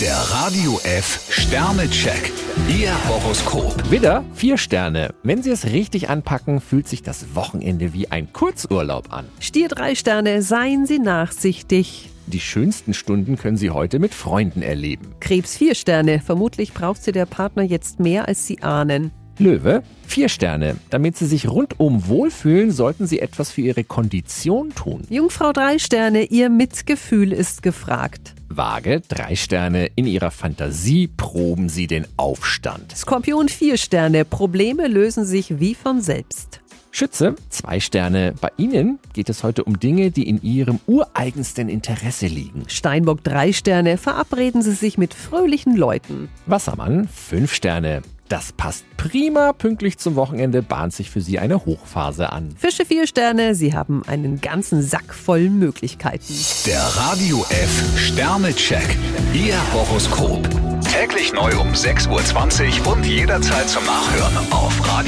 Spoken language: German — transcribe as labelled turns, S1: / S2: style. S1: Der Radio F Sternecheck. Ihr Horoskop.
S2: Widder, vier Sterne. Wenn Sie es richtig anpacken, fühlt sich das Wochenende wie ein Kurzurlaub an.
S3: Stier drei Sterne, seien Sie nachsichtig.
S2: Die schönsten Stunden können Sie heute mit Freunden erleben.
S3: Krebs vier Sterne, vermutlich braucht Sie der Partner jetzt mehr, als Sie ahnen.
S2: Löwe, vier Sterne. Damit Sie sich rundum wohlfühlen, sollten Sie etwas für Ihre Kondition tun.
S3: Jungfrau drei Sterne, Ihr Mitgefühl ist gefragt.
S2: Waage, drei Sterne. In Ihrer Fantasie proben Sie den Aufstand.
S3: Skorpion vier Sterne, Probleme lösen sich wie von selbst.
S2: Schütze, zwei Sterne. Bei Ihnen geht es heute um Dinge, die in Ihrem ureigensten Interesse liegen.
S3: Steinbock drei Sterne, verabreden Sie sich mit fröhlichen Leuten.
S2: Wassermann, 5 Sterne. Das passt prima. Pünktlich zum Wochenende bahnt sich für Sie eine Hochphase an.
S3: Fische vier Sterne, Sie haben einen ganzen Sack voll Möglichkeiten.
S1: Der Radio F Sternecheck. Ihr Horoskop. Täglich neu um 6.20 Uhr und jederzeit zum Nachhören auf Radio